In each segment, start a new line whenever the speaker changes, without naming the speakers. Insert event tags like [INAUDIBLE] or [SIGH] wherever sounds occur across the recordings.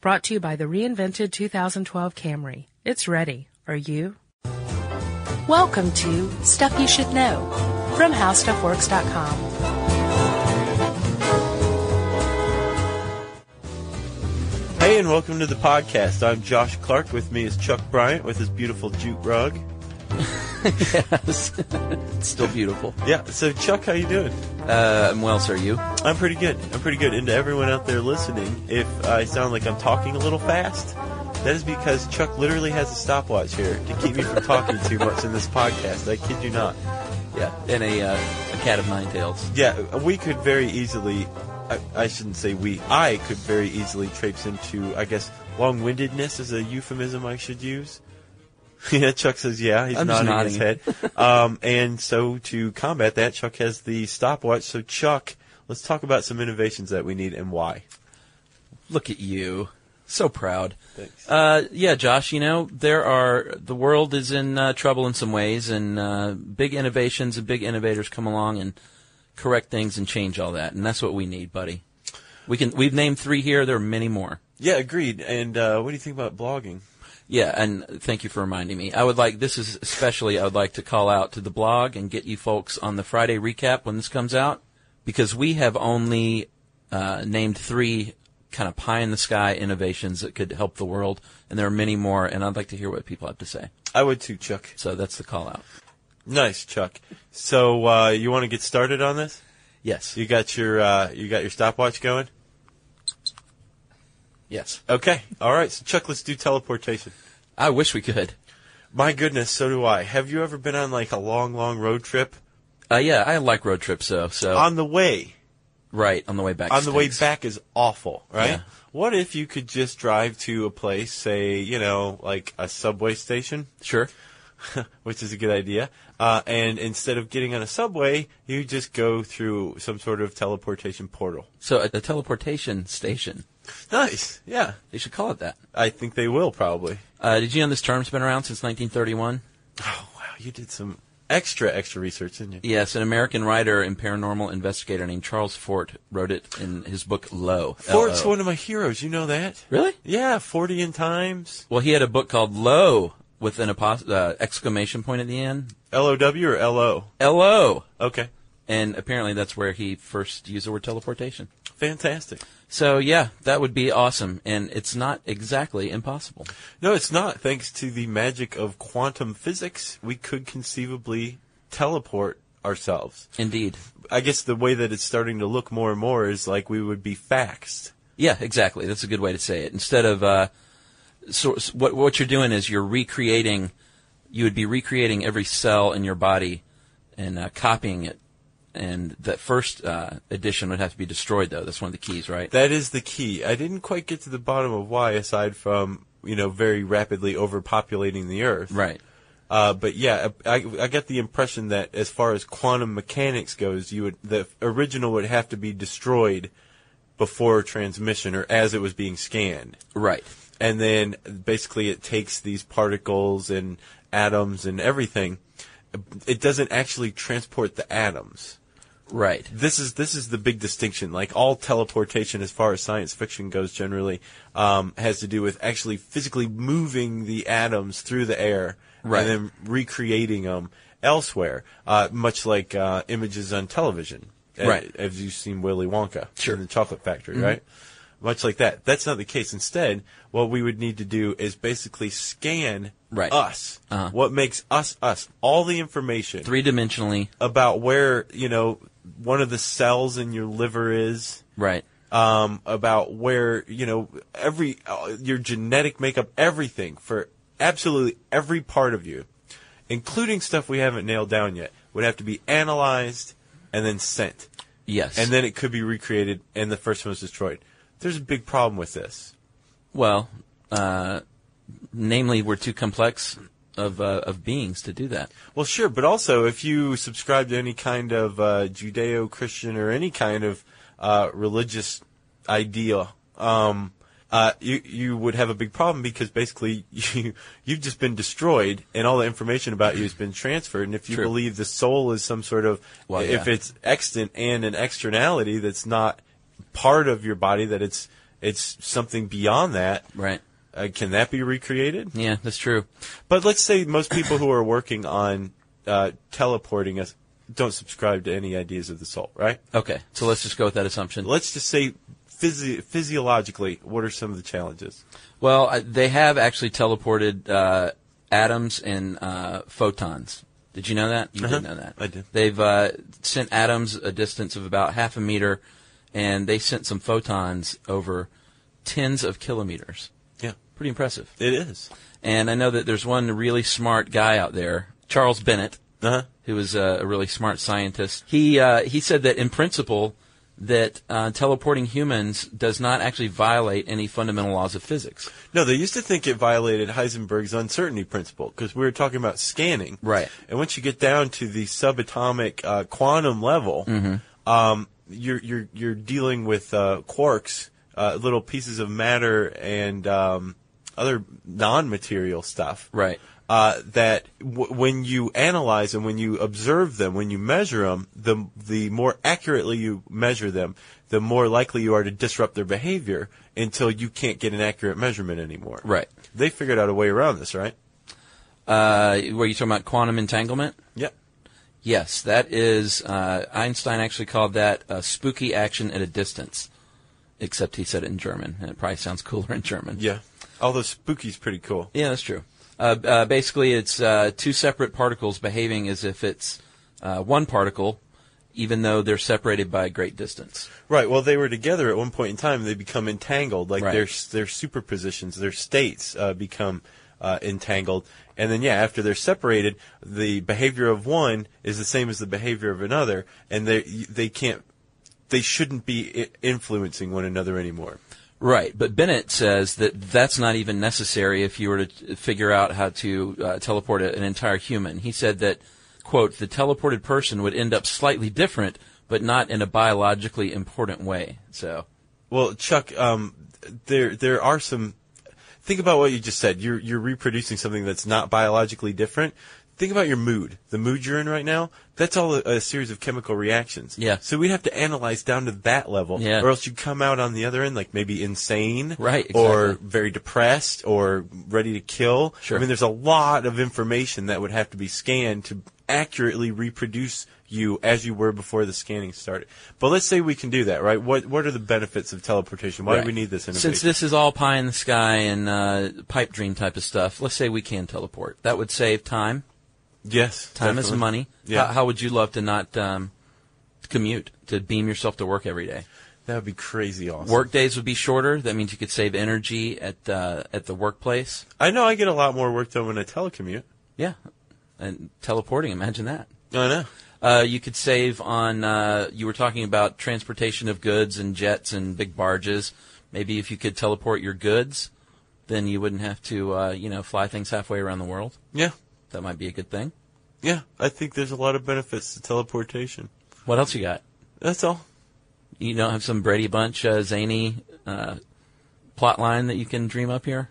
Brought to you by the reinvented 2012 Camry. It's ready. Are you? Welcome to Stuff You Should Know from HowStuffWorks.com.
Hey, and welcome to the podcast. I'm Josh Clark. With me is Chuck Bryant with his beautiful jute rug.
yes. it's still beautiful.
Yeah. So, Chuck, how you doing?
Uh, I'm well, sir. You?
I'm pretty good. I'm pretty good. And to everyone out there listening, if I sound like I'm talking a little fast, that is because Chuck literally has a stopwatch here to keep me from talking too much in this podcast. I kid you not.
Yeah. And a, uh, a cat of nine tails.
Yeah, we could very easily. I, I shouldn't say we. I could very easily traipse into, I guess, long-windedness is a euphemism I should use. [LAUGHS] yeah, Chuck says, yeah, he's
I'm just
nodding, his head.
nodding. [LAUGHS]
um, and so to combat that, Chuck has the stopwatch. So Chuck, let's talk about some innovations that we need and why.
Look at you. So proud.
Thanks.
Uh, yeah, Josh, you know, there are, the world is in uh, trouble in some ways, and uh, big innovations and big innovators come along and correct things and change all that. And that's what we need, buddy. We can, we've named three here. There are many more.
Yeah, agreed. And uh, what do you think about blogging?
Yeah, and thank you for reminding me. I would like this is especially I would like to call out to the blog and get you folks on the Friday recap when this comes out because we have only uh, named three kind of pie in the sky innovations that could help the world, and there are many more. And I'd like to hear what people have to say.
I would too, Chuck.
So that's the call out.
Nice, Chuck. So uh, you want to get started on this?
Yes.
You got your uh, you got your stopwatch going?
yes.
Okay. All right. So Chuck, let's do teleportation.
I wish we could.
My goodness, so do I. Have you ever been on like a long, long road trip?
Uh, yeah, I like road trips though. So
On the way,
right on the way back.
on the way
stinks.
back is awful, right?
Yeah.
What if you could just drive to a place, say, you know, like a subway station,
Sure.
which is a good idea, uh, and instead of getting on a subway, you just go through some sort of teleportation portal?
So a, a teleportation station.
Nice, yeah.
They should call it that.
I think they will probably.
Uh, did you know this term's been around since 1931?
Oh wow, you did some extra extra research, didn't you?
Yes, an American writer and paranormal investigator named Charles Fort wrote it in his book Low.
Fort's
L-O.
one of my heroes. You know that?
Really?
Yeah, forty in times.
Well, he had a book called Low with an apos- uh, exclamation point at the end.
L O W or L O?
L-O.
Okay,
And apparently that's where he first used the word teleportation.
fantastic.
So yeah, that would be awesome. And it's not exactly impossible.
No, it's not. Thanks to the magic of quantum physics, we could conceivably teleport ourselves.
Indeed.
I guess the way that it's starting to look more and more is like we would be faxed.
Yeah, exactly. That's a good way to say it. Instead of uh, so, so what what you're doing is you're recreating. You would be recreating every cell in your body and uh, copying it. And that first uh, edition would have to be destroyed, though. That's one of the keys, right?
That is the key. I didn't quite get to the bottom of why, aside from you know very rapidly overpopulating the Earth.
right.
Uh, but yeah, I, I, I got the impression that as far as quantum mechanics goes, you would the original would have to be destroyed before transmission or as it was being scanned,
Right.
and then basically it takes these particles and atoms and everything. It doesn't actually transport the atoms.
Right.
This is this is the big distinction. Like all teleportation, as far as science fiction goes, generally um, has to do with actually physically moving the atoms through the air
Right.
and then recreating them elsewhere, uh, much like uh, images on television. A-
Right.
As you've seen Willy Wonka
Sure. Mm-hmm.
in the Chocolate Factory, right? Much like that. That's not the case. Instead, what we would need to do is basically scan
Right.
us.
Uh-huh.
What makes us us? All the information
Three dimensionally.
about where you know one of the cells in your liver is
Right.
um, about where you know every uh, your genetic makeup everything for absolutely every part of you including stuff we haven't nailed down yet would have to be analyzed and then sent
Yes.
and then it could be recreated and the first one was destroyed there's a big problem with this
well, uh, namely, we're too complex of uh, of beings to do that.
Well, sure, but also if you subscribe to any kind of uh, Judeo-Christian or any kind of uh, religious idea, um, uh, you you would have a big problem because basically [LAUGHS] you you've just been destroyed and all the information about you has been transferred. And if you
True.
believe the soul is some sort of
Well,
if
yeah.
it's extant and an externality that's not part of your body that it's It's something beyond that.
Right.
Uh, can that be recreated?
Yeah, that's true.
But let's say most people who are working on uh, teleporting us don't subscribe to any ideas of the soul, right?
Okay, so let's just go with that assumption.
Let's just say physi- physiologically, what are some of the challenges?
Well, I- they have actually teleported uh, atoms and uh, photons. Did you know that? You didn't
Uh-huh.
know that.
I did.
They've uh, sent atoms a distance of about half a meter, and they sent some photons over tens of kilometers.
Yeah,
Pretty impressive.
it is.
And I know that there's one really smart guy out there, Charles Bennett,
Uh-huh.
who was a, a really smart scientist. He uh, he said that in principle that uh, teleporting humans does not actually violate any fundamental laws of physics.
No, they used to think it violated Heisenberg's uncertainty principle because we were talking about scanning.
Right.
And once you get down to the subatomic uh, quantum level,
Mm-hmm.
um, you're you're you're dealing with uh, quarks, uh, little pieces of matter, and um, other non-material stuff.
Right.
Uh, that w- when you analyze them, when you observe them, when you measure them, the the more accurately you measure them, the more likely you are to disrupt their behavior until you can't get an accurate measurement anymore.
Right.
They figured out a way around this, right?
Uh, were you talking about quantum entanglement?
Yep.
Yes, that is. Uh, Einstein actually called that a spooky action at a distance, except he said it in German, and it probably sounds cooler in German.
Yeah. Although spooky's pretty cool.
Yeah, that's true. Uh, uh, basically, it's uh, two separate particles behaving as if it's uh, one particle, even though they're separated by a great distance.
Right. Well, they were together at one point in time. They become entangled, like
Right.
their their superpositions, their states uh, become uh, entangled, and then yeah, after they're separated, the behavior of one is the same as the behavior of another, and they they can't they shouldn't be I- influencing one another anymore.
Right, but Bennett says that that's not even necessary if you were to t- figure out how to uh, teleport a, an entire human. He said that, quote, the teleported person would end up slightly different, but not in a biologically important way. So,
Well, Chuck, um, there there are some. Think about what you just said. You're you're reproducing something that's not biologically different. Think about your mood, the mood you're in right now. That's all a, a series of chemical reactions.
Yeah.
So we'd have to analyze down to that level,
Yeah.
or else you come out on the other end like maybe insane,
Right,
Or
exactly.
very depressed, or ready to kill. I
Sure.
mean, there's a lot of information that would have to be scanned to accurately reproduce you as you were before the scanning started. But let's say we can do that, right? What What are the benefits of teleportation? Why
Right.
do we need this innovation?
Since this is all pie in the sky and uh, pipe dream type of stuff, let's say we can teleport. That would save time.
yes,
Time
definitely.
is money.
Yeah.
How, how would you love to not um, commute, to beam yourself to work every day?
That would be crazy awesome.
Work days would be shorter. That means you could save energy at uh, at the workplace.
I know I get a lot more work done when I telecommute.
Yeah, and teleporting. Imagine that.
I know.
Uh, you could save on. Uh, you were talking about transportation of goods and jets and big barges. Maybe if you could teleport your goods, then you wouldn't have to, uh, you know, fly things halfway around the world.
Yeah,
That might be a good thing.
yeah. I think there's a lot of benefits to teleportation.
What else you got?
That's all.
You don't have some Brady Bunch uh, zany uh, plot line that you can dream up here?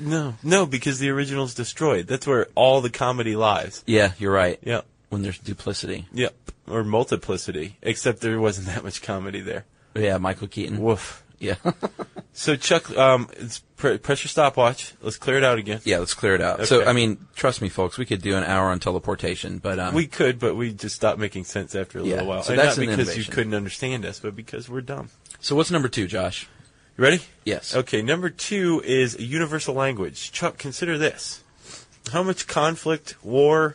No, no, because the original's destroyed. That's where all the comedy lies.
Yeah, you're right.
Yeah.
When there's duplicity.
Yep. Or multiplicity, except there wasn't that much comedy there.
Yeah, Michael Keaton.
Woof.
Yeah. [LAUGHS]
So Chuck, um, it's pre- press your stopwatch. Let's clear it out again.
yeah, let's clear it out. So,
Okay.
I mean, trust me, folks, we could do an hour on teleportation, but um,
We could, but we just stopped making sense after a
Yeah,
little while.
so
and
that's
not
an
because
innovation.
you couldn't understand us, but because we're dumb.
so what's number two, Josh?
You ready?
Yes.
Okay, number two is universal language. Chuck, consider this. How much conflict, war,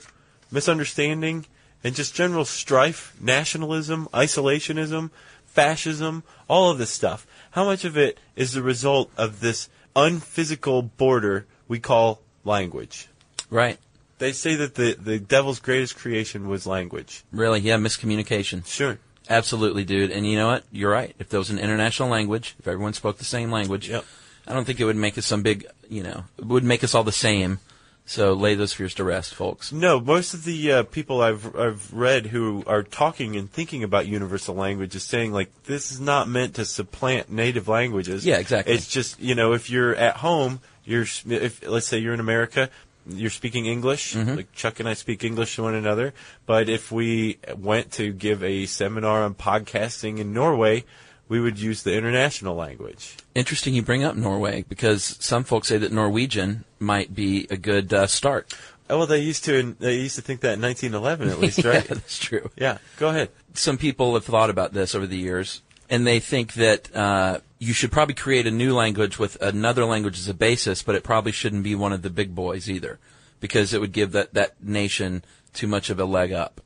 misunderstanding, and just general strife, nationalism, isolationism, fascism, all of this stuff, how much of it is the result of this unphysical border we call language?
Right.
They say that the, the devil's greatest creation was language.
Really? Yeah, miscommunication.
Sure.
Absolutely, dude. And you know what? You're right. If there was an international language, if everyone spoke the same language,
Yep.
I don't think it would make us some big, you know, it would make us all the same. So lay those fears to rest, folks.
No, most of the uh, people I've I've read who are talking and thinking about universal language is saying like this is not meant to supplant native languages.
Yeah, exactly.
It's just you know if you're at home, you're s- if let's say you're in America, you're speaking English. Like Chuck and I speak English to one another. But if we went to give a seminar on podcasting in Norway, we would use the international language.
Interesting you bring up Norway because some folks say that Norwegian might be a good uh, start. [LAUGHS]
Oh, well, they used to in, they used to think that in 1911 at [LAUGHS] least,
yeah,
right?
that's true.
yeah. Go ahead.
Some people have thought about this over the years, and they think that uh, you should probably create a new language with another language as a basis, but it probably shouldn't be one of the big boys either, because it would give that, that nation too much of a leg up.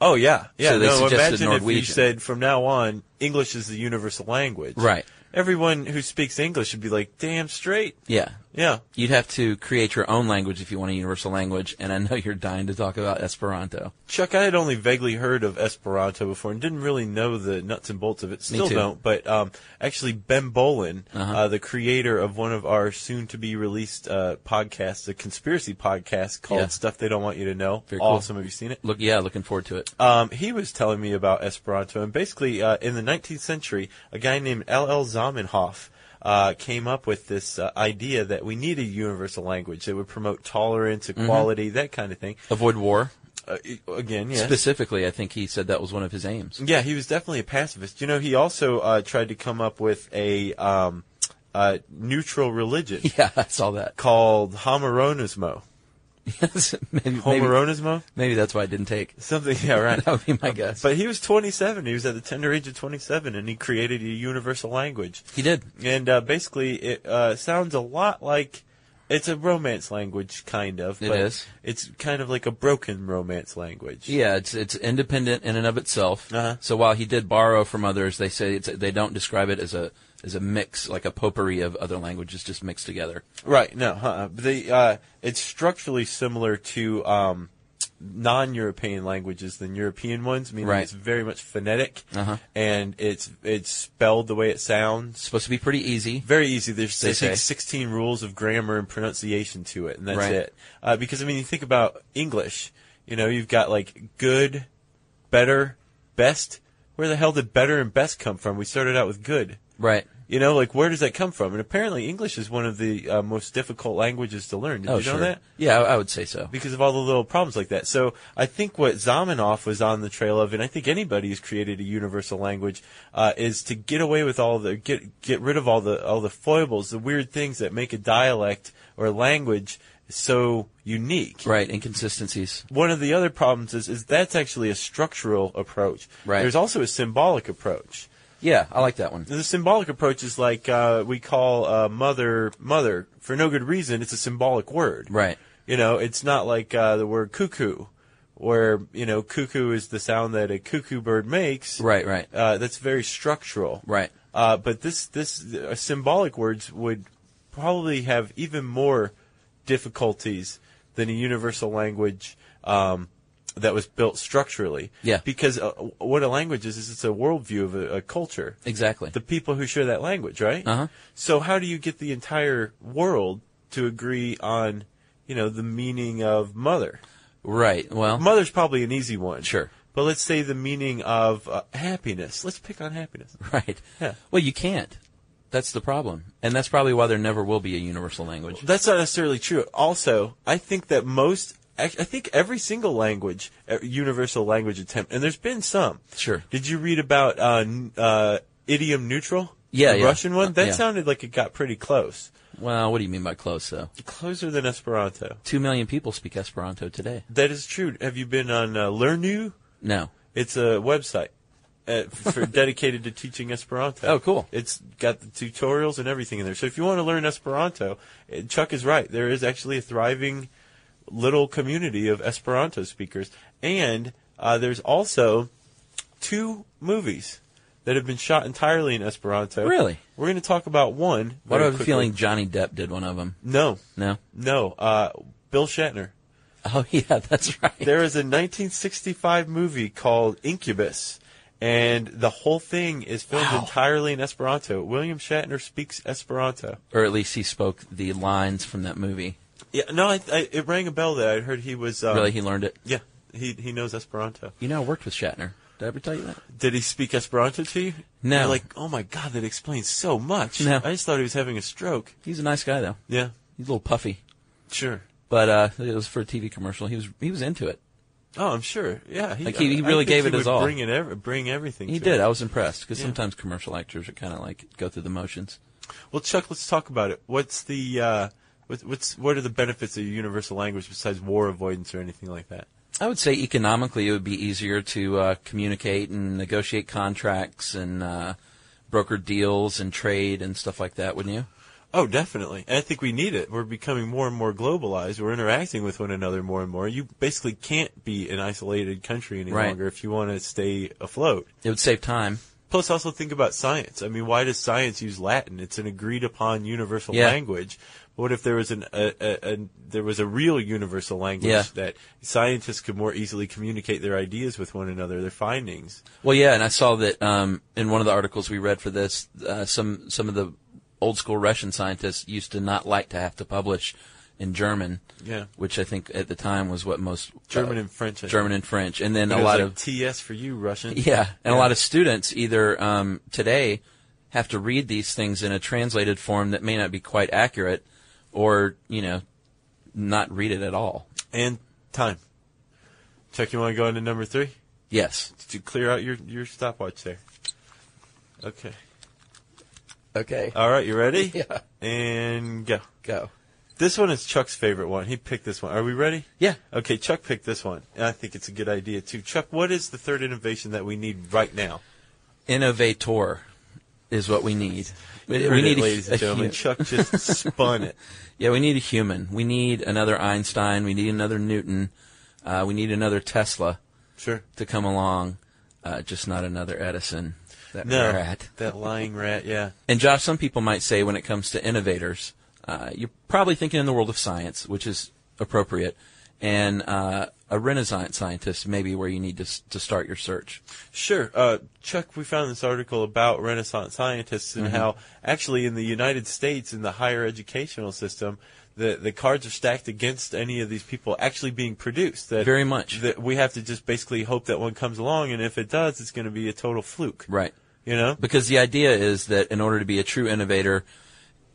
Oh yeah, yeah.
So they
no,
suggested
imagine if you
Norwegian.
said from now on English is the universal language.
Right.
Everyone who speaks English should be like, damn straight.
Yeah.
Yeah.
You'd have to create your own language if you want a universal language, and I know [LAUGHS] you're dying to talk about Esperanto.
Chuck, I had only vaguely heard of Esperanto before and didn't really know the nuts and bolts of it. Still
too. Uh-huh.
don't. But um, actually, Ben Bolin, uh the creator of one of our soon-to-be-released uh, podcasts, a conspiracy podcast called
Yeah.
"Stuff They Don't Want You to Know,"
Very cool.
awesome. Have you seen it?
Look, yeah, looking forward to it.
Um, he was telling me about Esperanto, and basically, uh, in the 19th century, a guy named L.L. Zamenhof uh, came up with this uh, idea that we need a universal language that would promote tolerance,
Mm-hmm.
equality, that kind of thing.
Avoid war.
Uh, e- again, yes.
Specifically, I think he said that was one of his aims. [LAUGHS]
Yeah, he was definitely a pacifist. You know, he also uh, tried to come up with a um, uh, neutral religion
Yeah, I saw that. [LAUGHS]
called Homeronismo.
Yes, maybe, maybe,
Homeronismo?
maybe that's why I didn't take. [LAUGHS]
Something, yeah, right. Um,
That would be my guess.
But he was 27. He was at the tender age of 27, and he created a universal language.
he did.
And uh, basically, it uh, sounds a lot like it's a romance language, kind of.
It
but
is.
It's kind of like a broken romance language.
Yeah, it's it's independent in and of itself.
Uh-huh.
So while he did borrow from others, they say it's, they don't describe it as a as a mix, like a potpourri of other languages just mixed together.
Right. No. Huh. The uh, it's structurally similar to um, non-European languages than European ones. Meaning
Right.
it's very much phonetic,
Uh-huh.
and it's it's spelled the way it sounds.
supposed to be pretty easy.
Very easy. There's
They
I think
say.
16 rules of grammar and pronunciation to it, and that's
Right.
it. Uh, because I mean, you think about English. You know, you've got like good, better, best. Where the hell did better and best come from? We started out with good.
Right.
You know, like where does that come from? And apparently, English is one of the uh, most difficult languages to learn. Did
oh,
you know
sure.
that?
Yeah, I, I would say so.
Because of all the little problems like that. So I think what Zamenhof was on the trail of, and I think anybody who's created a universal language, uh, is to get away with all the get get rid of all the all the foibles, the weird things that make a dialect or language so unique
Right. Inconsistencies.
one of the other problems is is that's actually a structural approach.
Right.
There's also a symbolic approach.
Yeah, I like that one.
The symbolic approach is like uh, we call uh, mother mother for no good reason. It's a symbolic word.
Right.
You know, it's not like uh, the word cuckoo, where you know cuckoo is the sound that a cuckoo bird makes.
Right. Right.
Uh, that's very structural.
Right.
Uh, but this this uh, symbolic words would probably have even more difficulties than a universal language um, that was built structurally.
Yeah.
Because uh, w- what a language is is it's a worldview of a, a culture.
Exactly.
The people who share that language, right?
Uh-huh.
So how do you get the entire world to agree on, you know, the meaning of mother?
right. Well.
Mother's probably an easy one.
Sure.
But let's say the meaning of uh, happiness. Let's pick on happiness.
right.
Yeah.
Well, you can't. That's the problem, and that's probably why there never will be a universal language.
That's not necessarily true. Also, I think that most, I I think every single language, uh, universal language attempt, and there's been some.
Sure.
Did you read about uh, n- uh, idiom neutral?
Yeah,
the
yeah.
Russian one. That
Yeah.
sounded like it got pretty close,
Well, what do you mean by close though?
closer than Esperanto.
Two million people speak Esperanto today.
That is true. Have you been on uh, Learnu?
No.
It's a website. Uh,
[LAUGHS]
for dedicated to teaching Esperanto.
Oh, cool.
It's got the tutorials and everything in there. So if you want to learn Esperanto, uh, Chuck is right. There is actually a thriving little community of Esperanto speakers, and uh, there's also two movies that have been shot entirely in Esperanto.
Really?
We're going to talk about one.
What
very
do I have a
quickly.
feeling Johnny Depp did one of them?
No,
No. [LAUGHS]
no. Uh, Bill Shatner.
Oh yeah, that's
[LAUGHS]
right.
There is a 1965 movie called Incubus, and the whole thing is filmed
Wow.
entirely in Esperanto. William Shatner speaks Esperanto.
or at least he spoke the lines from that movie.
Yeah, no, I, I, it rang a bell that I heard he was. Um,
really, he learned it.
Yeah, he he knows Esperanto.
You know, I worked with Shatner. Did I ever tell you that?
Did he speak Esperanto to you?
No.
You're like, oh my god, that explains so much.
No.
I just thought he was having a stroke.
He's a nice guy though.
Yeah,
He's a little puffy,
sure.
but uh, it was for a TV commercial. He was he was into it.
Oh, I'm sure. Yeah,
Like, he- he really
think
gave
he
it his
would
all.
Bring it, ev- bring everything.
He
to
did.
it.
I was impressed because
Yeah.
sometimes commercial actors are kind of like go through the motions.
Well, Chuck, let's talk about it. What's the uh, what, what's what are the benefits of universal language besides war avoidance or anything like that?
I would say economically, it would be easier to uh, communicate and negotiate contracts and uh, broker deals and trade and stuff like that, wouldn't you?
Oh, definitely. And I think we need it. We're becoming more and more globalized. We're interacting with one another more and more. You basically can't be an isolated country any
Right.
longer if you want to stay afloat.
It would save time.
Plus, also think about science. I mean, why does science use Latin? It's an agreed upon universal
Yeah.
language. What if there was an a, a, a, there was a real universal language
Yeah.
that scientists could more easily communicate their ideas with one another, their findings?
Well, yeah, and I saw that um, in one of the articles we read for this, uh, some some of the old school Russian scientists used to not like to have to publish in German.
Yeah.
which I think at the time was what most uh,
German and French. I
German
think.
and French, and then
It
a
was
lot
like
of
TS for you, Russian.
yeah, and a lot of students either um, today have to read these things in a translated form that may not be quite accurate, or you know, not read it at all.
and time. Chuck, you want to go into number three?
Yes.
to clear out your, your stopwatch there. Okay.
Okay.
[LAUGHS] All right, you ready?
[LAUGHS] Yeah.
And go.
Go.
This one is Chuck's favorite one. He picked this one. Are we ready?
Yeah.
Okay, Chuck picked this one. And I think it's a good idea, too. Chuck, what is the third innovation that we need right now?
Innovator is what we need.
You
We, we
heard it,
need a-
ladies
a
and gentlemen.
hu-
Chuck
[LAUGHS]
just spun it.
Yeah, we need a human. We need another Einstein. We need another Newton. Uh, we need another Tesla
Sure.
to come along. Uh, just not another Edison. That
No.
rat.
That lying rat, yeah.
And Josh, some people might say when it comes to innovators, uh, you're probably thinking in the world of science, which is appropriate, and uh, a Renaissance scientist may be where you need to s- to start your search.
Sure. Uh, Chuck, we found this article about Renaissance scientists and
Mm-hmm.
how actually in the United States, in the higher educational system, the, the cards are stacked against any of these people actually being produced. That
Very much.
That we have to just basically hope that one comes along, and if it does, it's going to be a total fluke.
Right.
You know?
Because the idea is that in order to be a true innovator,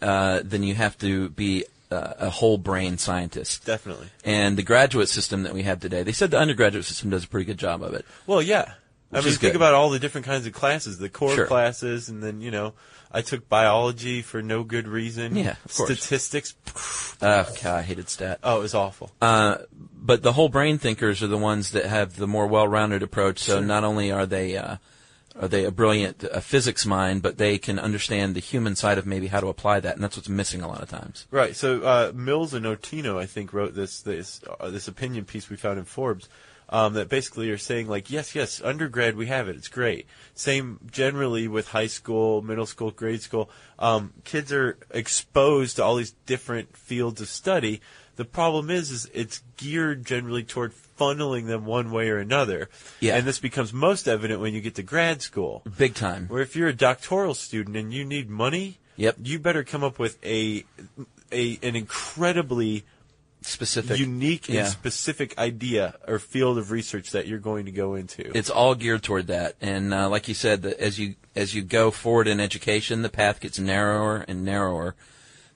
uh, then you have to be uh, a whole brain scientist.
Definitely.
and the graduate system that we have today. They said the undergraduate system does a pretty good job of it.
Well, yeah. I
Which
mean,
is
think
good.
about all the different kinds of classes, the core
Sure.
classes, and then, you know, I took biology for no good reason.
Yeah, of course.
Statistics.
Oh, God, I hated stat.
Oh, it was awful.
But the whole brain thinkers are the ones that have the more well-rounded approach. So not only are they uh, are they a brilliant uh, physics mind, but they can understand the human side of maybe how to apply that, and that's what's missing a lot of times.
Right. So uh, Mills and Otino, I think, wrote this this uh, this opinion piece we found in Forbes um, that basically are saying like, yes, yes, undergrad we have it, it's great. Same generally with high school, middle school, grade school. Um, kids are exposed to all these different fields of study. The problem is, is it's geared generally toward funneling them one way or another.
Yeah.
And this becomes most evident when you get to grad school.
Big time.
Where if you're a doctoral student and you need money,
Yep.
you better come up with a a an incredibly
Specific.
unique
Yeah.
and specific idea or field of research that you're going to go into.
it's all geared toward that. And uh, like you said, the, as you as you go forward in education, the path gets narrower and narrower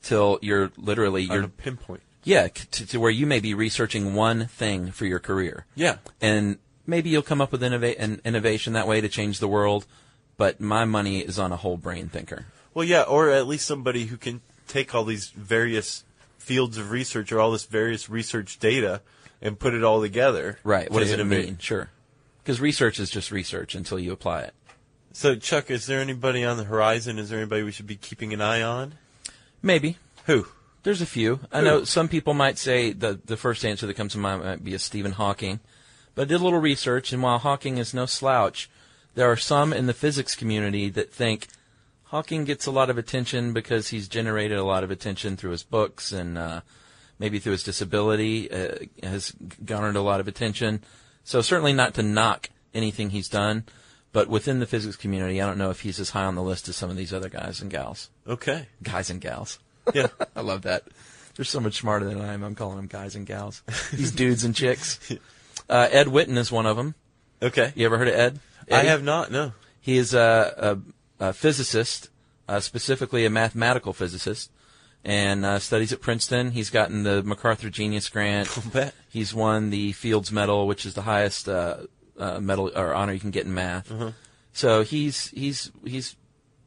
till you're literally
on
you're
a pinpoint.
Yeah, c- to, to where you may be researching one thing for your career.
Yeah.
And maybe you'll come up with innova- an innovation that way to change the world, but my money is on a whole brain thinker.
Well, yeah, or at least somebody who can take all these various fields of research or all this various research data and put it all together.
Right. What
to
does it
innovate.
mean? Sure. Because research is just research until you apply it.
So, Chuck, is there anybody on the horizon? Is there anybody we should be keeping an eye on?
Maybe.
Who?
There's a few. I know some people might say the the first answer that comes to mind might be a Stephen Hawking, but I did a little research, and while Hawking is no slouch, there are some in the physics community that think Hawking gets a lot of attention because he's generated a lot of attention through his books and uh, maybe through his disability uh, has garnered a lot of attention. So certainly not to knock anything he's done, but within the physics community, I don't know if he's as high on the list as some of these other guys and gals,
Okay.
guys and gals. [LAUGHS]
Yeah.
I love that. They're so much smarter than I am. I'm calling them guys and
[LAUGHS]
gals. These dudes and chicks. Uh, Ed Whitten is one of them.
okay.
You ever heard of Ed?
I
Eddie?
have not. No.
He is a, a, a physicist, uh, specifically a mathematical physicist, and uh, studies at Princeton. He's gotten the MacArthur
[LAUGHS]
Genius Grant.
I'll bet.
He's won the Fields Medal, which is the highest uh, uh, medal or honor you can get in math. So he's he's he's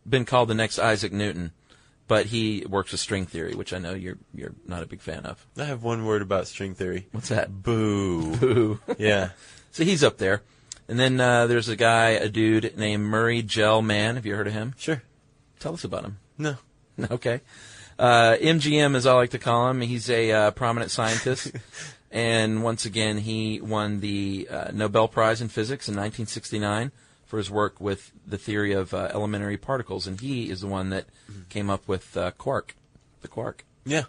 been called the next Isaac Newton, but he works with string theory, which I know you're you're not a big fan of.
I have one word about string theory.
What's that?
Boo.
Boo.
yeah.
so he's up there, and then uh, there's a guy, a dude named Murray Gell-Mann. Have you heard of him?
Sure.
Tell us about him.
No.
[LAUGHS] Okay. Uh, MGM, as I like to call him, he's a uh, prominent scientist. and once again, he won the uh, Nobel Prize in Physics in 1969 for his work with the theory of uh, elementary particles. And he is the one that came up with uh, quark, the quark.
Yeah.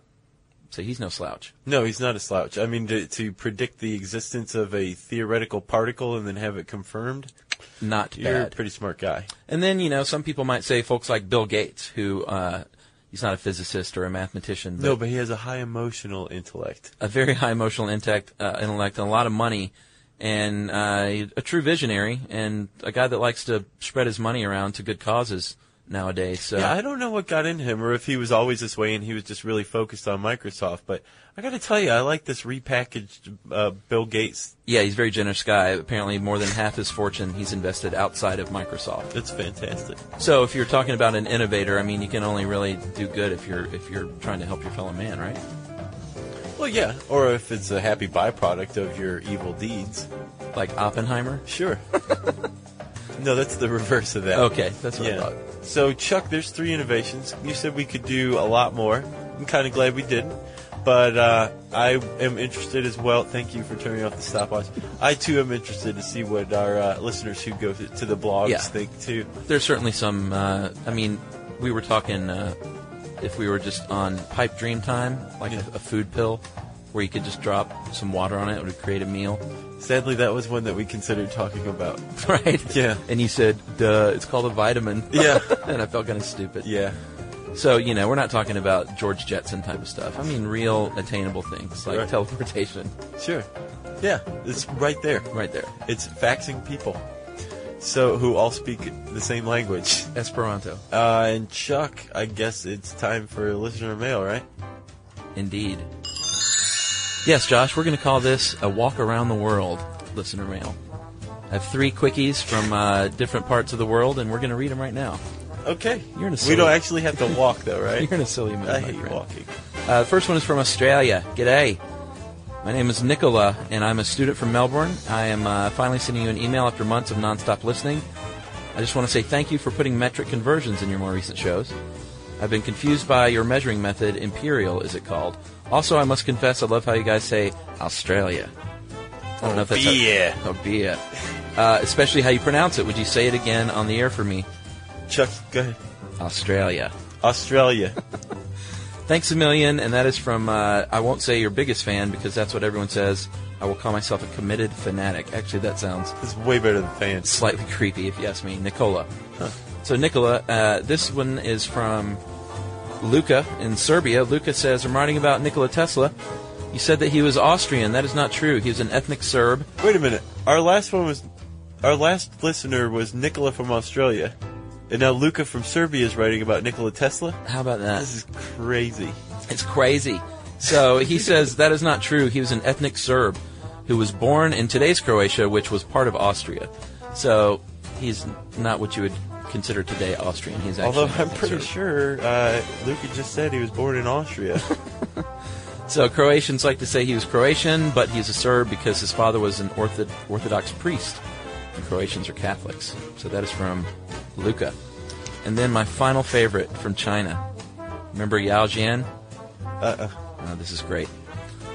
So he's no slouch.
No, he's not a slouch. I mean, to, to predict the existence of a theoretical particle and then have it confirmed,
Not
you're a
bad.
pretty smart guy.
And then, you know, some people might say folks like Bill Gates, who uh, he's not a physicist or a mathematician. But
No, but he has a high emotional intellect.
a very high emotional intellect, uh, intellect and a lot of money, and uh, a true visionary, and a guy that likes to spread his money around to good causes nowadays. So
Yeah, I don't know what got into him, or if he was always this way and he was just really focused on Microsoft. But I got to tell you, I like this repackaged uh, Bill Gates.
yeah, he's a very generous guy. Apparently, more than half his fortune he's invested outside of Microsoft.
It's fantastic.
So if you're talking about an innovator, I mean, you can only really do good if you're if you're trying to help your fellow man, right?
Well, yeah, or if it's a happy byproduct of your evil deeds,
Like Oppenheimer.
sure. [LAUGHS] no, that's the reverse of that.
Okay, that's what I
Yeah.
thought.
So Chuck, there's three innovations. You said we could do a lot more. I'm kind of glad we didn't, but uh, I am interested as well. Thank you for turning off the stopwatch. I too am interested to see what our uh, listeners who go to, to the blogs
Yeah.
think too.
There's certainly some. Uh, I mean, we were talking uh, if we were just on pipe dream time, like
Yeah.
a, a food pill, where you could just drop some water on it, it would create a meal, [LAUGHS]
Sadly, that was one that we considered talking about.
right?
Yeah.
And you said, "Duh, it's called a vitamin." [LAUGHS]
Yeah.
and I felt kind of stupid.
Yeah.
So you know, we're not talking about George Jetson type of stuff. I mean, real attainable things like
Right.
teleportation,
Sure. Yeah. It's right there.
right there.
It's faxing people. So who all speak the same language. [LAUGHS]
Esperanto,
Uh, and Chuck, I guess it's time for listener mail, right?
indeed. Yes, Josh, we're going to call this a walk around the world listener mail. I have three quickies from uh, different parts of the world, and we're going to read them right now.
Okay.
You're in a
we
silly-
don't actually
[LAUGHS]
have to walk though, right?
You're in a silly mood.
I
my
hate
friend.
walking.
Uh, the first one is from Australia. G'day. My name is Nicola, and I'm a student from Melbourne. I am uh, finally sending you an email after months of nonstop listening. I just want to say thank you for putting metric conversions in your more recent shows. I've been confused by your measuring method, Imperial is it called. Also, I must confess, I love how you guys say Australia. I don't know if that's how-
beer.
oh beer, uh, especially how you pronounce it. Would you say it again on the air for me?
Chuck, go ahead.
Australia. [LAUGHS]
Australia.
Thanks a million, and that is from uh, I won't say your biggest fan because that's what everyone says. I will call myself a committed fanatic. Actually, that sounds
It's way better than fans.
slightly [LAUGHS] creepy if you ask me. Nicola. So Nicola, uh, this one is from Luca in Serbia. Luca says, "I'm writing about Nikola Tesla. You said that he was Austrian. That is not true. He was an ethnic Serb.
Wait a minute. Our last one was, our last listener was Nicola from Australia, and now Luca from Serbia is writing about Nikola Tesla.
How about that?
This is crazy.
It's crazy. So he says that is not true. He was an ethnic Serb who was born in today's Croatia, which was part of Austria. So he's not what you would consider today Austrian. He's actually
Although I'm
an ethnic
pretty sure
Serb.
uh, Luca just said he was born in
[LAUGHS]
Austria.
So Croatians like to say he was Croatian, but he's a Serb because his father was an ortho- Orthodox priest. And Croatians are Catholics. So that is from Luca. And then my final favorite from China. Remember Yao Jian? Uh, this is great.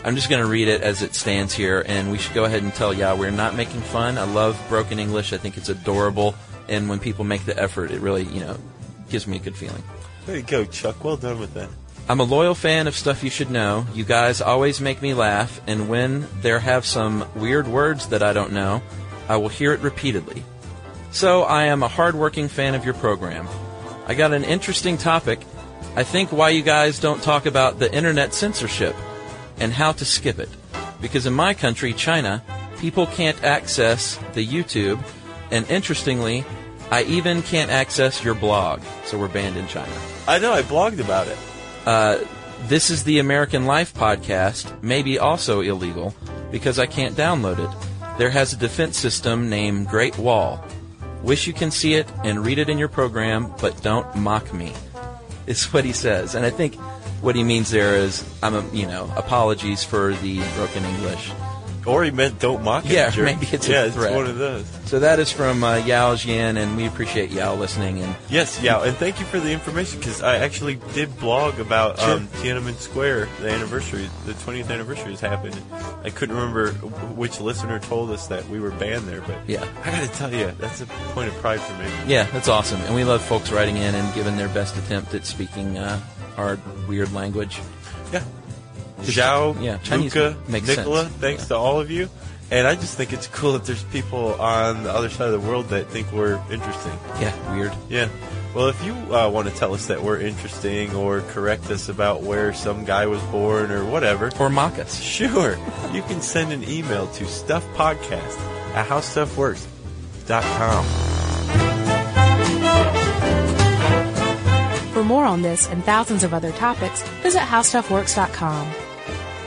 I'm just going to read it as it stands here, and we should go ahead and tell Yao we're not making fun. I love broken English. I think it's adorable. And when people make the effort, it really, you know, gives me a good feeling.
there you go, Chuck. Well done with that.
I'm a loyal fan of stuff you should know. You guys always make me laugh, and when there have some weird words that I don't know, I will hear it repeatedly. So I am a hardworking fan of your program. I got an interesting topic. I think why you guys don't talk about the internet censorship and how to skip it. Because in my country, China, people can't access the YouTube, and interestingly, I even can't access your blog. So we're banned in China
I know. I blogged about it.
This is the American Life podcast, maybe also illegal because I can't download it. There has a defense system named Great Wall. Wish you can see it and read it in your program, but don't mock me. [LAUGHS] Is what he says. And I think what he means there is I'm a, you know, apologies for the broken English.
Or he meant don't mock it.
Yeah,
jerk.
maybe it's a
yeah, it's
threat.
one of those.
So that is from uh, Yao Jian, and we appreciate Yao listening. And
Yes, yeah, and thank you for the information because I actually did blog about
Sure.
um, Tiananmen Square. The anniversary, the 20th anniversary, has happened. I couldn't remember wh- which listener told us that we were banned there, but
Yeah.
I got to tell you, that's a point of pride for me.
yeah, that's awesome. And we love folks writing in and giving their best attempt at speaking uh, our weird language.
Yeah, Zhao,
yeah, Chinese
Luca,
makes
Nicola,
sense.
thanks
Yeah.
to all of you. And I just think it's cool that there's people on the other side of the world that think we're interesting.
Yeah, weird.
Yeah. Well, if you uh, want to tell us that we're interesting or correct us about where some guy was born or whatever,
Or mock us.
Sure. You can send an email to stuffpodcast at howstuffworks.com.
For more on this and thousands of other topics, visit howstuffworks.com.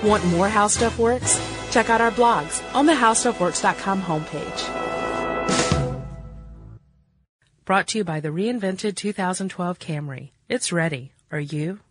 Want more How Stuff Works? Check out our blogs on the howstuffworks.com homepage. Brought to you by the reinvented 2012 Camry. It's ready. Are you?